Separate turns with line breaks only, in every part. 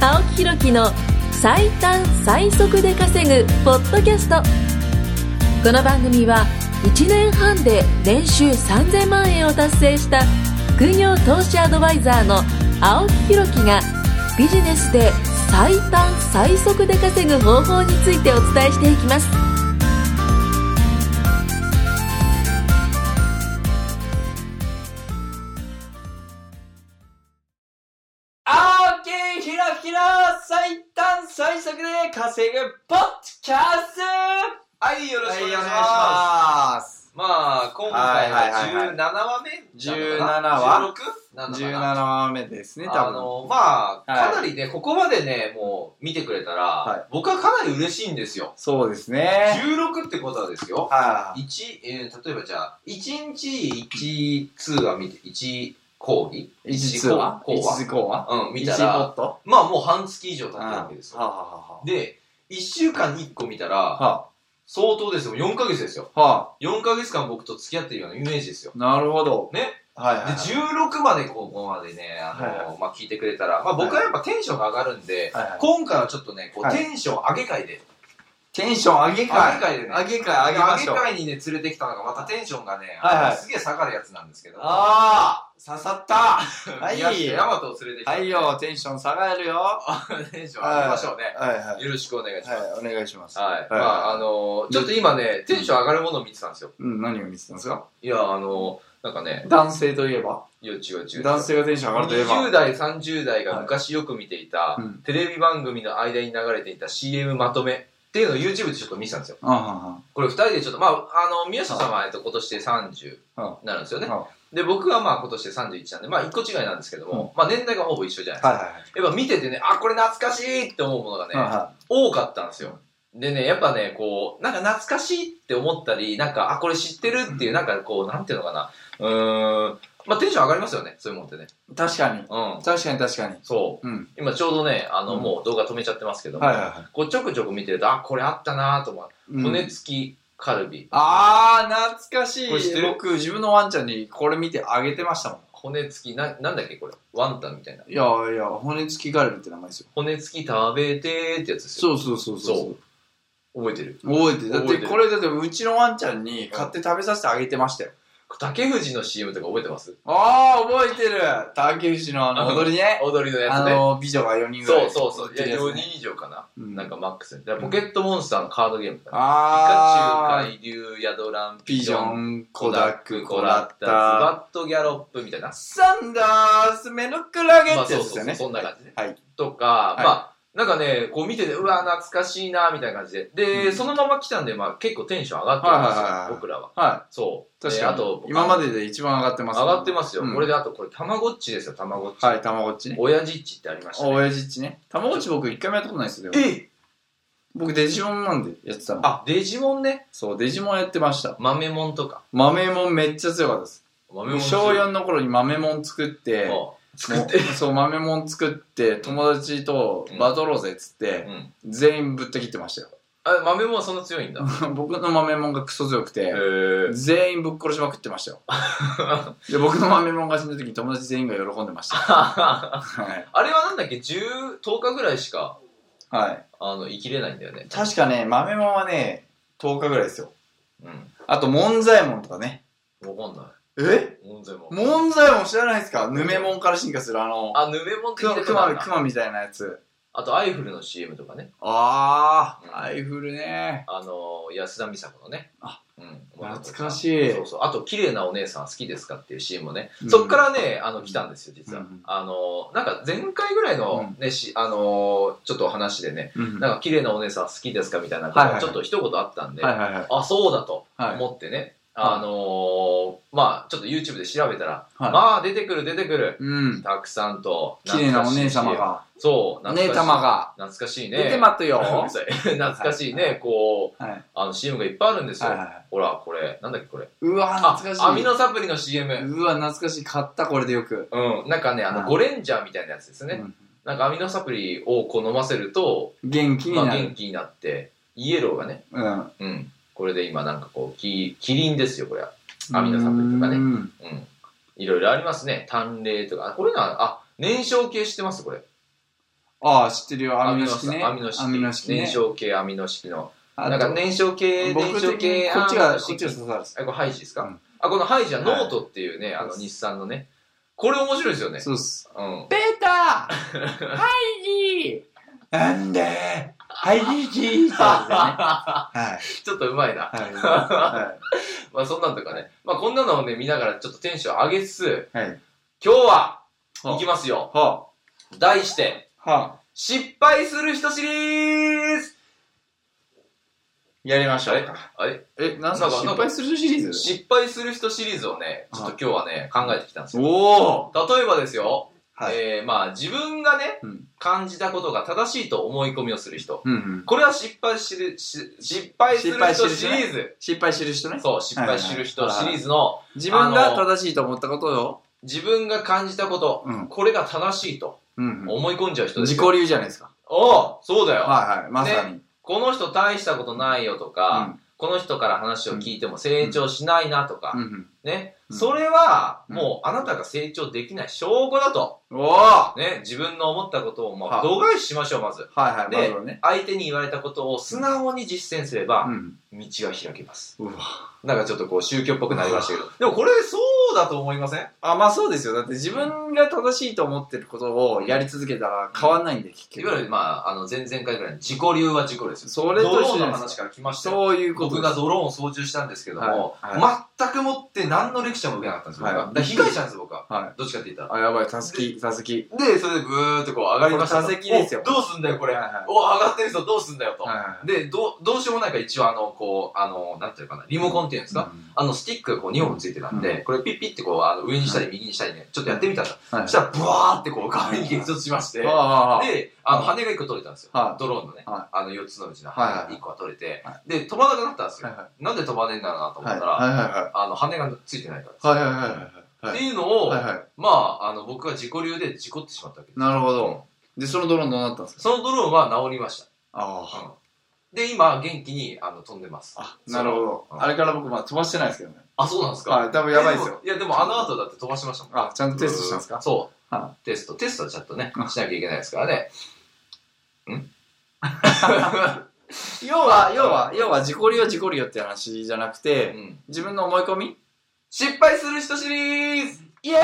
青木ひろきの最短最速で稼ぐポッドキャストこの番組は1年半で年収3000万円を達成した副業投資アドバイザーの青木ひろきがビジネスで最短最速で稼ぐ方法についてお伝えしていきます
青木ひろきの最短最速で稼ぐポッドキャス
はい、よろしくお願いしま
ます。
す。まあ、今回
はいはいはいは
はい17話目なの
17話
かな ?16?
17
17話
話目ですね、
あ
多
の、ま
は
あ、
い
かなりね、ここまでね、もう見てくれたら、
はい
僕はかなり嬉しいんですよ
分。。そうですね。
16ってことはですよ。
は
一えー例えばじゃあ、1日1通話見て、1講義
い。一時は
講
一時
話
講話
うん、見
一
た
時ポ
ら、
ット
まあもう半月以上経っ
は
てるわけです
は
よ。
は
で、1週間に1個見た
は
ら、
は
相当ですよ。4ヶ月ですよ。
あは
4ヶ月間僕と付き合ってるようなイメージですよ。
あなるほど。
ね。
はい
で、
はいはい。
16までここまでね、あの、
はいは
まあ、聞いてくれたら、まあ、僕はやっぱテンションが上がるんで、
はいはい
今回はちょっとね、こう、
はい
テンション上げ会で、
テンション上げ
上げ
会。
会でね、
上げ会上げましょう
上げ会にね、連れてきたのが、またテンションがね、
はいはい
あのすげえ下がるやつなんですけど、
ああ刺さったはい
宮下大和を連れてきた。
はいよ、テンション下がるよ。は
テンション上げましょうね。
いはい。
よろしくお願いします。
はい、お願いします。
はい。ま
はい
あ、あの、ちょっと今ね、テンション上がるものを見てたんですよ。
うん、何を見てたんですか
いや、あの、なんかね、
男性といえば
いや違う違う。
男性がテンション上がるといえば
20代、30代が昔よく見ていた、
うん
テレビ番組の間に流れていた CM まとめっていうのを YouTube でちょっと見てたんですよ。
あはは
これ二人でちょっと、まあ、あの、宮下さんはえっと今年で30
うん
になるんですよね。
は
で、僕はまあ今年で31なんで、まあ一個違いなんですけども、まあ年代がほぼ一緒じゃな
い
いですか。
はいはい。
やっぱ見ててね、あ、これ懐かしいって思うものがね、
は
多かったんですよ。でね、やっぱね、こう、なんか懐かしいって思ったり、なんか、あ、これ知ってるっていう、なんかこう、なんていうのかな。うーん。まあテンション上がりますよね、そういうもんってね。
い確かに。
うん。
確かに確かに。
そう。
うん。
今ちょうどね、あの、
うん
もう動画止めちゃってますけども、
はいはいは
こうちょくちょく見てると、あ、これあったなぁと思う。
い。うん
骨付きカルビ。
あー、懐かし
これ知って
い。
る
僕、自分のワンちゃんにこれ見てあげてましたも
骨付き、な、なんだっけこれ。ワンタンみたいな。
ん。いやいや、骨付きガルビって名前ですよ。
骨付き食べてーってやつですよ。
うそうそう
そう覚えてる。
覚えてる。だっ
覚え
て、
てる
これだって、うちのワンちゃんに買って食べさせてあげてましたよ。
竹藤の CM とか覚えてます
あー、覚えてる竹内のあ
あ
の、
の
踊りね。
踊りのや
あ
つね。
の、美女が4人ぐら
そう
い。
そうそう。いや、
や
4
つね
人以上かな。
うん
なんかマックスで。だからポケットモンスターのカードゲームだね。ピカ
あー、
チュウ、海流、ヤドラン、
ピジョ
ン、
ン、
コ
コ
ダ
ダ
ッ
ッ
ク、
ク、
コ
コ
ラ
ラ
ッタ、
ッ
ズ
タ、
バットギャロップみたいな。
サンダース、目のクラゲ
まあ
って
そ
や
う
つです
そ
よ
うそう、
ね。
そんな感じね。
はい。
とか、
はい
まあ、なんかね、こう見てて、うわ、懐かしいな、みたいな感じで。で、
うん
そのまま来たんで、まあ、結構テンション上がってるんです
は
よ、
いはいはいはい
僕らは。
は
そう。
い。確
で
かに。
あと、
今までで一番上がってます、
上がってますよ。
うん
これで、あと、これ、たまごっちですよ、たまごっち。
はい、たまごっちね。
親父っちってありましたね。
親父っちね。たまごっち僕一回もやったことないですよ。でも
え
僕デジモンなんでやってたの。
あ、デジモンね。
そう、デジモンやってました。
豆もんとか。
豆もんめっちゃ強かったです。
豆もんする。
小4の頃に豆もん作って、も
もう
う
作って。
そう、豆もん作って、友達とバトろうぜっつって、
うん。
全員ぶった切ってましたよ。
あ、豆もんはそんな強いんだ。
僕の豆もんがクソ強くて、
へー
全員ぶっ殺しまくってましたよ。 で僕の豆もんが死んだ時に友達全員が喜んでま した。はい。
あれはなんだっけ、10、10日ぐらいしか、
はい。
あの、生きれないんだよね。
確かね、豆もんはね、10日ぐらいですよ。
うん。
あと、門左衛門とかね。
わかんな
え
い。門前もん。
門左衛門知らないですかぬめもんから進化するあの、
あ、ぬめもんって
く
聞い
ま、
たこ
く
と
ま
あるな
くまみたいなやつ。
あと、アイフルの CM とかね。
あ
うん
ー、アイフルね。
あのー、安田美沙子のね。
あ
うん。
懐かしい
そうそう。あと、綺麗なお姉さん好きですかっていう CM もね。
うん
そっからね、あの、来たんですよ、実は。
うん
あのー、なんか前回ぐらいのね、し、あのー、ちょっとお話でね、
うんは
なんか綺麗なお姉さん好きですかみたいな、
はいはいはい
ちょっと一言あったん
い
で、
はいはい。
あ、そうだと
はい。
思ってね。
はい
あのー、まあちょっと YouTube で調べたら、
はい
まあ出てくる出てくる。
うん。
たくさんと、
綺麗なお姉様
懐かしい
が、
し。そう、
お
懐かし
姉
い
様が、
懐かしいね。
出てますよ。
う
は
るさい 懐かしいね、
はい
こう、
い。はい
あの CM がいっぱいあるんですよ。
はいはい。
ほら、これ、なんだっけこれ。
うわ、
あ、
懐
ア
かし
ミ
い。
ノサプリの CM。
うわ、懐かしい。買った、これでよく。
うん。なんかね、あ
は
の、
い
ゴレンジャーみたいなやつです
う
ね。
ん
なんかアミノサプリをこう飲ませると、
元気に
まあ
なる。
元気になって、イエローがね、
うん。
うん。これで今なんかこう、キキリンですよ、これは。アミノサプリとか
ね。
ねうん。いろいろありますね。淡麗とか。これな、あ、燃焼系してます、これ。
ああ、知ってるよ。ア
ア
ミ
ミ
ノ
ノ
式
酸
ね。
アミノ式
アミノ式ね
燃焼系アミノ式の
あと
なんか燃焼系燃
僕
焼
的に
系
こっち
アミ
が、
ノ
こっ
式
ちが刺さるっす
あこれハイジですか、
うん
あこのハイジはノ
はい
ートっていうね、あの
そうで
日産のねこれ面白いですよね
そうっす。
うん
ペーターハイジ
なんでハイジージーそうですよね。はい。
ちょっとうまいな、
はい。は
まあそんなんとかねまあこんなのをね見ながらちょっとテンション上げつつ
い。はい。
今日は
はあ
いきますよ
は
題して
あ。はあ。
失敗する人シリーズ
やりましょ
あれ
う。
あれ
え、なんす
な
か
んか
失敗するシリーズ
失敗する人シリーズをねちょっと今日はね考えてきたんですよ
おお
例えばですよ、
はい
えーまあ自分がね、
うん
感じたことが正しいと思い込みをする人。
うんうん。
これは失敗しる、し失敗する人シリーズ。
失敗してる人ね。
そう、失敗する人シリーズの、
自分が正しいと思ったことを、
自分が感じたこと、
うん
これが正しいと
うんうん。
思い込んじゃう人です
自己
よ。
流じゃないですか。
おうそうだよ、
はいはい。まさに。
この人大したことないよと
う
か、
ん
この人から話を聞いても成長しないなとか、
うん
ね、
うん
それは、もうあなたが成長できない証拠だと。
うん。おおは
ね、自分の思ったことをもう
はあ
度外視しましょう、まず。
いはい。
で
まずはね。
相手に言われたことを素直に実践すれば、
ん。
道が開けます。
うわ。
なんかちょっとこう宗教っぽくなりましたけ ど。でもこれそうだと思いません
あ、まあそうですよ。だって自分が正しいと思ってることをやり続けたら変わんないんで、結
いわゆ
局。
る、まあ、あの、前々回ぐらいの自己流は自己流ですよ。
それと一緒
ドローン
じゃ
の
ないで
話
す
から来ましたよ。
そういうこと
僕
です
がドローンを操縦したんですけども、
はいは
全くもって何のレクチャーも受けなかったんですよ、僕
は
は。
い
だから被害者なんです、僕は。
は
どっちかって言ったら。
あ、やばい、たすき、たすき。
で、それでブーっとこう上がりましたと。
これ座席ですよ
おどうすんだよ、これ。
はいはい
お、上がってるぞ、どうすんだよ、と。
はい
で、どう、どうしようもないから一応あの、こう、あの、なんていうかな、リモコンっていうんですか、あの、スティックがこう2本ついてたんで、これピッピってこう、あの上にしたり右にしたりね、ちょっとやってみたんだ。
はい
そしたら、ブワーってこう、代わりに激突しまして、
ああ、ああ
で、あの、羽が1個取れたんですよ。
は
ドローンのね、
は
あの4つのうちの
はい
羽
はい
が1個は取れて、
は
で、飛ばなくなったんです
い。は
よ。
いは
なんで飛ばねえんだろうなと思っ
い。
たら、あの、羽がついてないからです
はいはいはいはい。はいはい
っていうのを、
はいはい。
まあ、あの、僕が自己流で事故ってしまったわけです。
なるほど。で、そのドローンどうなったんですか
そのドローンは治りました。
あ
で、今、元気にあの飛んでます。
あ。なるほど。
うん
あれから僕まだ飛ばしてないですけどね。
あ、そうなんですか
はい、多分やばいですよ。
も。いや、でもあの後だって飛ばしましたもん。
あ、ちゃんとテストしたんですか
そう
は。
テスト。テストはちゃんとね
う、ん
しなきゃいけないですから ね。ん 要は
要は、要は自己流は自己流って話じゃなくて、自分の思い込み
失敗する人シリーズ
イエーイ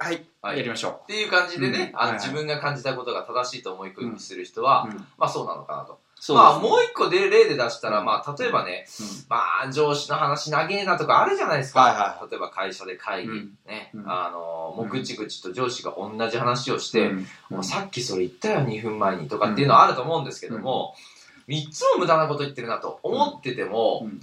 はい、
はい
やりましょ
っていう感じでね、
うん
あ
はい
の
はい
自分が感じたことが正しいと思い込みする人
う。
は、
うん
まあそうなのかなと。
そ
まあもう一個で例で出したら、
うん
まあ例えばね、
うん
まあ上司の話長えなとかあるじゃないですか。
はいはいは
例えば会社で会議、
うん
ね、
うん
あの、も
うん
うぐちぐちと上司が同じ話をし
う
て、
ん
もうさっきそれ言ったよ、2分前にとかっていうのはあると思うんですけども、3つも無駄なこと言ってるなと思ってても、
うん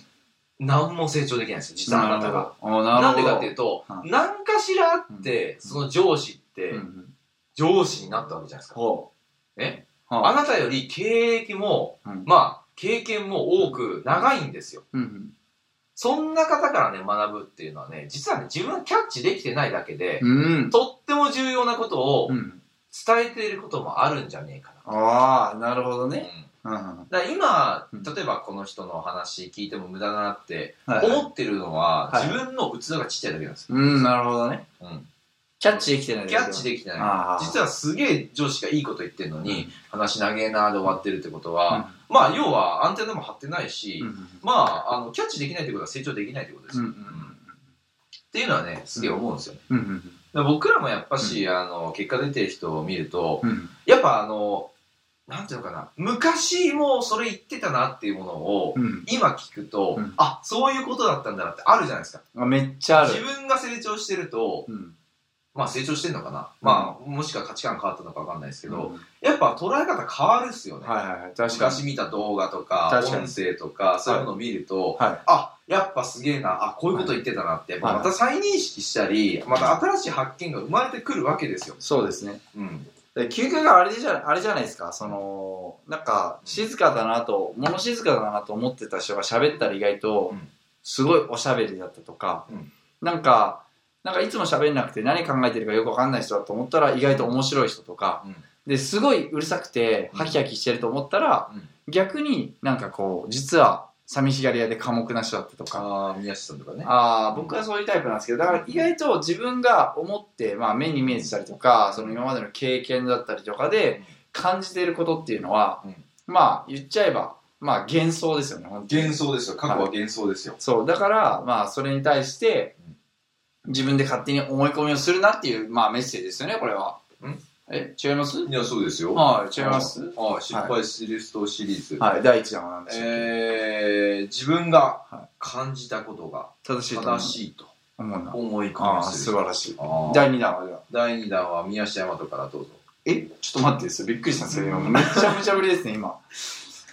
何も成長できないんですよ、実はあなたが。。
おなる
な
ほど。
んでかっていうと
は、い
何かしらあって、その上司って
うんうん
上司になったわけじゃないですか。
ほ
ね
う。は
あなたより経歴も、
うん
まあ、経験も多く長いんですよ。
うんうん
そんな方からね、学ぶっていうのはね、実はね、自分はキャッチできてないだけで、
うん。
とっても重要なことを
うん。
伝えていることもあるんじゃねえか
ああ、なるほど
な。
ね。
うん
うんうん
だから今
うん、
例えばこの人の話聞いても無駄だなって
はいはい
思ってるのは、
はい
自分の器がちっちゃいだけなんですよ。
うん、なるほどね。
うん
キャッチできてない
キャッチ
で
できて
き
ない。
ない
実はすげえ上司がいいこと言ってるのに、話長えなで終わってるってことは、
は、
まあ要はアンテナも張ってないし、
うんうん
まあ、あの、キャッチできないってことは成長できないってことです
う
よ。
ん
っていうのはね、すげえ思うんですよね。
うんうん
だから僕らもやっぱし、あの、結果出てる人を見ると、
うんうん
やっぱあの、なんていうのかな、昔もそれ言ってたなっていうものを、
うん
今聞くと、
うん
あ、そういうことだったんだなってあるじゃないですか。
あめっちゃあ
自
る。
分が成長してると、
うん
まあ成長してんのかな。まあ、もしくは価値観変わったのかわかんないですけど、
うん
やっぱ捉え方変わるっすよね。
はいはいはい。確かに。
昔見た動画とか、
確かに
音声とか、そういうのを見ると、
は
あ、やっぱすげえな、あ、こういうこと言ってたなって、
い
まあまた再認識したり、また新しい発見が生まれてくるわけですよ。
そうですね。
うん。
で究極あれじゃあれじゃないですかそのなんか静かだなと物静かだなと思ってた人が喋ったら意外と
うん
すごいおしゃべりだったとか、
うん
なんかなんかいつも喋んなくて何考えてるかよくわかんない人だと思ったら意外と面白い人とか、
うん
ですごいうるさくてハキハキしてると思ったら、
うん
逆になんかこう実は寂しがり屋で寡黙な人だったとか。
あー宮下さんとかね。
ああ僕はそういうタイプなんですけどだから意外と自分が思って、まあ、目に見えてたりとかその今までの経験だったりとかで感じていることっていうのは、
うん
まあ言っちゃえば、まあ幻想ですよね、本当に
幻想ですよ。過去は幻想ですよ。
そう、だから、まあそれに対して、自分で勝手に思い込みをするなっていう、まあメッセージですよね、これは。
ん
え、違います
いや、そうですよ。
はい、違います
ああ、失敗する人シリーズ。
はい、第一弾なんですよ。
えー、自分が感じたことが
正しいと思う
正しいと
思うな。
思い込
あ
み
あ、
す
素
る。
晴らしい。
ああ
第二弾はじゃあ
第2弾は宮下大和からどうぞ。
え、ちょっと待ってですよ。びっくりしたんですよ。今、めちゃめちゃぶりですね、今。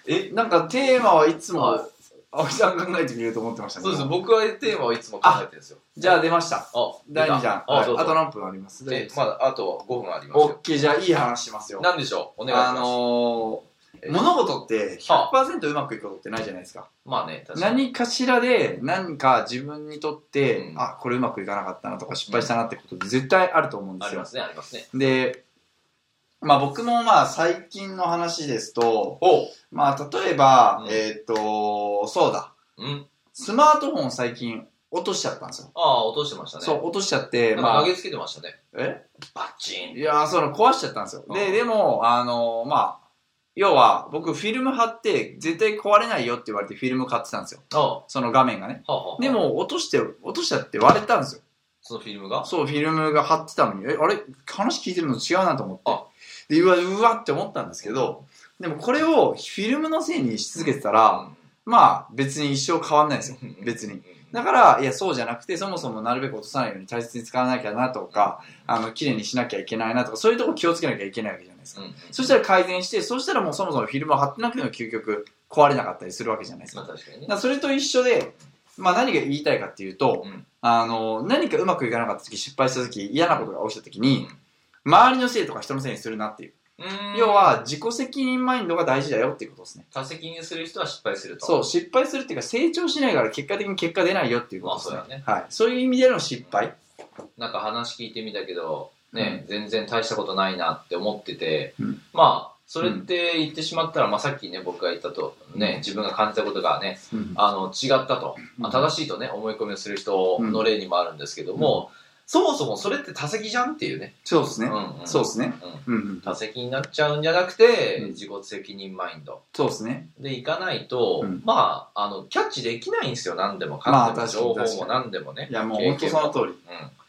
え、なんかテーマはいつも
は、
青木さん考えてくれると思ってましたね。
そうです。僕はテーマをいつも考えてるんですよ。
じゃあ出ました。
あ、
第2
出た
弾。
あ、
はい
どう
あと
ぞ。
何分あります
で、まだあと5分あります
オッ
よ。
ケー、じゃあいい話しますよ。
何でしょうお願い
あ
します。
の
え
ー、物事って100%うまくいくことってないじゃないですか。
まあね、確かに。
何かしらで何か自分にとって、
うん
あこれうまくいかなかったなとか失敗したなってことって絶対あると思うんで
あ
す
り
よ
ま。すね、ありますね。
で、まあ僕もまあ最近の話ですと、
おう。
まあ例えば、え
うん
ーっ、と、そうだ、
うん。
スマートフォン最近落としちゃったんですよ。
ああ、落としてましたね。
そう、落としちゃって、
なんか
まあ
投、げつけてましたね。
え
バチン。
いやー、その壊しちゃったんですよ。
う
で、
ん
でも、あのーまあ、要は僕フィルム貼って絶対壊れないよって言われてフィルム買ってたんですよ。
ああ、は
その画面がね。
あはあ。
で、も落として、落としちゃって割れたんですよ。
そのフィルムが
そう、フィルムが貼ってたのに、え、あれ話聞いてるの違うなと思
あ
って。で、うわ、うわって思ったんですけど、でもこれをフィルムのせいにし続けてたら、まあ別に一生変わんないんですよ。
うん
別に。
うん
だから、いや、そうじゃなくて、そもそもなるべく落とさないように大切に使わなきゃなとか、あの、綺麗にしなきゃいけないなとか、そういうとこ気をつけなきゃいけないわけじゃないですか。
うん。
そしたら改善して、そしたらもうそもそもフィルムを貼ってなくても究極壊れなかったりするわけじゃないですか
まあ。確かにね
だか。らそれと一緒で、まあ、何が言いたいかっていうと、
うん
あの何かうまくいかなかった時失敗した時嫌なことが起きた時に、周りのせいとか人のせいにするなっていう、
うん
要、は自己責任マインドが大事だよっていうことですね
多責任する人は失敗すると。
そう失敗するっていうか成長しないから結果的に結果出ないよっていうことですね,、
まあそうだよね
はい、そういう意味での失敗、
なんか話聞いてみたけど、ね、全然大したことないなって思ってて、
うん
まあ、それって言ってしまったら、まあさっきね、僕が言ったと、ね、自分が感じたことがね、あの、違ったと、まあ正しいとね、思い込みをする人の例にもあるんですけども、そもそもそれって多責じゃんっていうね。
そうですね、
うんうん
そうですね、
うん
うんうん、
多責になっちゃうんじゃなくて、
うん
自己責任マインド
そうですね
でいかないと、
うん
まああのキャッチできないんですよ何でも
まあ
かんでも
確かに
情報
確か
も
に
何でもね
いやもう本当その通り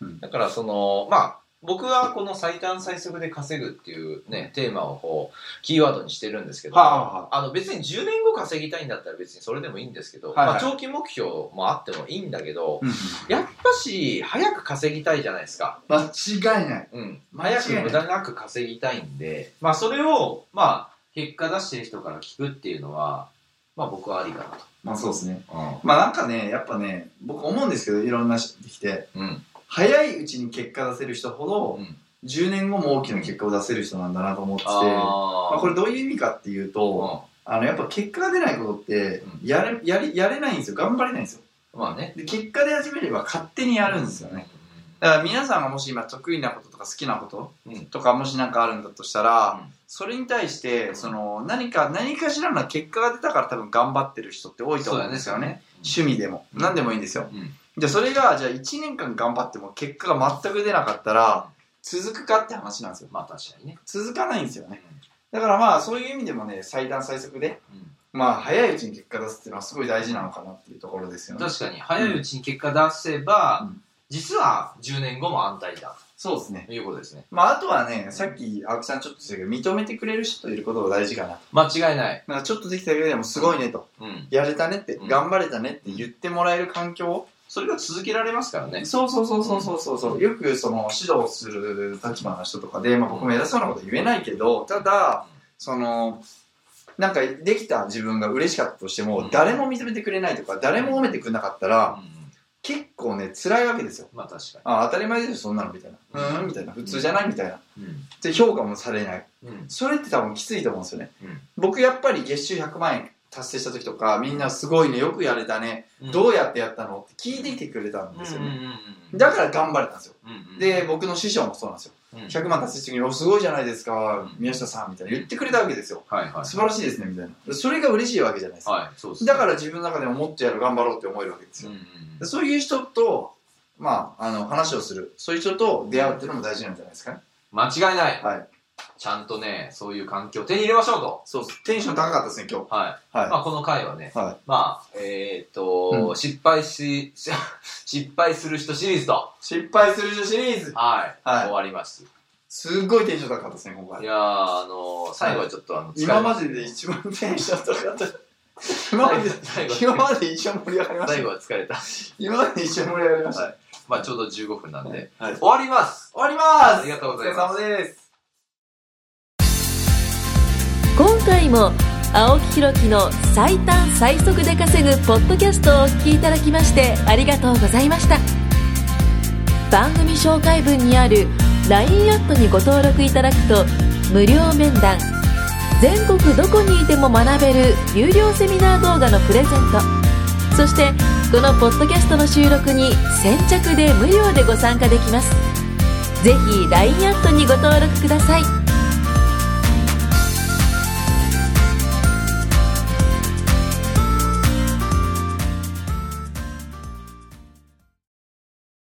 うん
うん
だからそのまあ僕はこの最短最速で稼ぐっていうねテーマをこうキーワードにしてるんですけど、
はあはあは
あの別に10年後稼ぎたいんだったら別にそれでもいいんですけど、
はいはい
まあ、長期目標もあってもいいんだけど、
うんうん
やっぱし早く稼ぎたいじゃないですか。
間違いない
うん、
間違いない
早く無駄なく稼ぎたいんで、まあ、それを、まあ、結果出してる人から聞くっていうのは、まあ、僕はありかなと。
まあそうですね
うん
まあなんかねやっぱね僕思うんですけどいろんな人できて
うん
早いうちに結果出せる人ほど、
うん
10年後も大きな結果を出せる人なんだなと思ってて
あ
まあ、こ
れ
れどういう意味かっていうと、あのやっぱ結果が出ないことって
う
やれやりやれないんですよ頑張れないんですよ
まあね。
で結果で始めれば勝手にやるんですよねだから皆さんがもし今得意なこととか好きなこと
うん
とかもし何かあるんだとしたら、
うん
それに対してその何か何かしらの結果が出たから多分頑張ってる人って多いと思うんですよね趣味でも
うん
何でもいいんですよ、
うん
じゃあそれがじゃあ1年間頑張っても結果が全く出なかったら続くかって話なんですよ
まあ、確かにね。
続かないんですよねだからまあそういう意味でもね最短最速で
うん
まあ早いうちに結果出すっていうのはすごい大事なのかなっていうところですよね
確かに、早いうちに結果出せば、
うん
実は10年後も安泰だ
そうですね
ということですね。
まああとはねさっき青木さんちょっと言ったけど認めてくれる人といることが大事かな
間違いない。
なんかちょっとできただけでもすごいねと
うん。
やれたねって、
うん
頑張れたねって言ってもらえる環境を
それが続けられますからね。
そうそうそうそうそうそうそうよくその指導する立場の人とかで、まあ、僕も偉そうなこと言えないけどただそのなんかできた自分が嬉しかったとしても、
うん
誰も認めてくれないとか誰も褒めてくれなかった
う
ら、
ん。
結構ね辛いわけですよ
まあ、確か
あ当たり前でしょそんなのみたいなう
うん
ーんみたいな普通じゃないみたいな
に。うん。
で評価もされない
うん。
それって多分きついと思うんですよね、
うん
僕やっぱり月収100万円達成した時とかみんなすごいねよくやれたね、どうやってやったのって聞いてきてくれたんですよね、
ね。
だから頑張れたんですよ
うん
で、僕の師匠もそうなんですよ
うんうん
100万達成しておすごいじゃないですか
うん
宮下さん」みたいな言ってくれたわけですよ
はいはい。
素晴らしいですねみたいなそれが嬉しいわけじゃないですか、
はい、そうですね
だから自分の中でももっとやる頑張ろうって思えるわけです
う
よ
ん、
でそういう人とまああの話をするそういう人と出会うっていうのも大事なんじゃないですかね
間違いない。
はい
ちゃんとね、そういう環境を手に入れましょうと。
そうです。テンション高かったですね、今日。
はい。ま
は
あ、この回はね、
は
まあ、えーっと、
う
失敗し、 し失敗する人シリーズと、
い。失敗する人シリーズ。
はい、
はい
終わります。
すっごいテンション高かったですね、今
い
回。
やー、あのー、最後はちょっと、あの、疲れ
今までで一番テンション高かった。今まで、
最後
今まで一番盛り上がりまし
最
た。
後は疲れた。
今まで一番盛り上がりました。終
まあ、ちょうど15分なんで、
はい
終わります
わります
ありがとうございます
お疲れ様です。
今回も青木ひろきの最短最速で稼ぐポッドキャストをお聞きいただきましてありがとうございました番組紹介文にある LINE アットにご登録いただくと無料面談全国どこにいても学べる有料セミナー動画のプレゼントそしてこのポッドキャストの収録に先着で無料でご参加できますぜひ LINE アットにご登録ください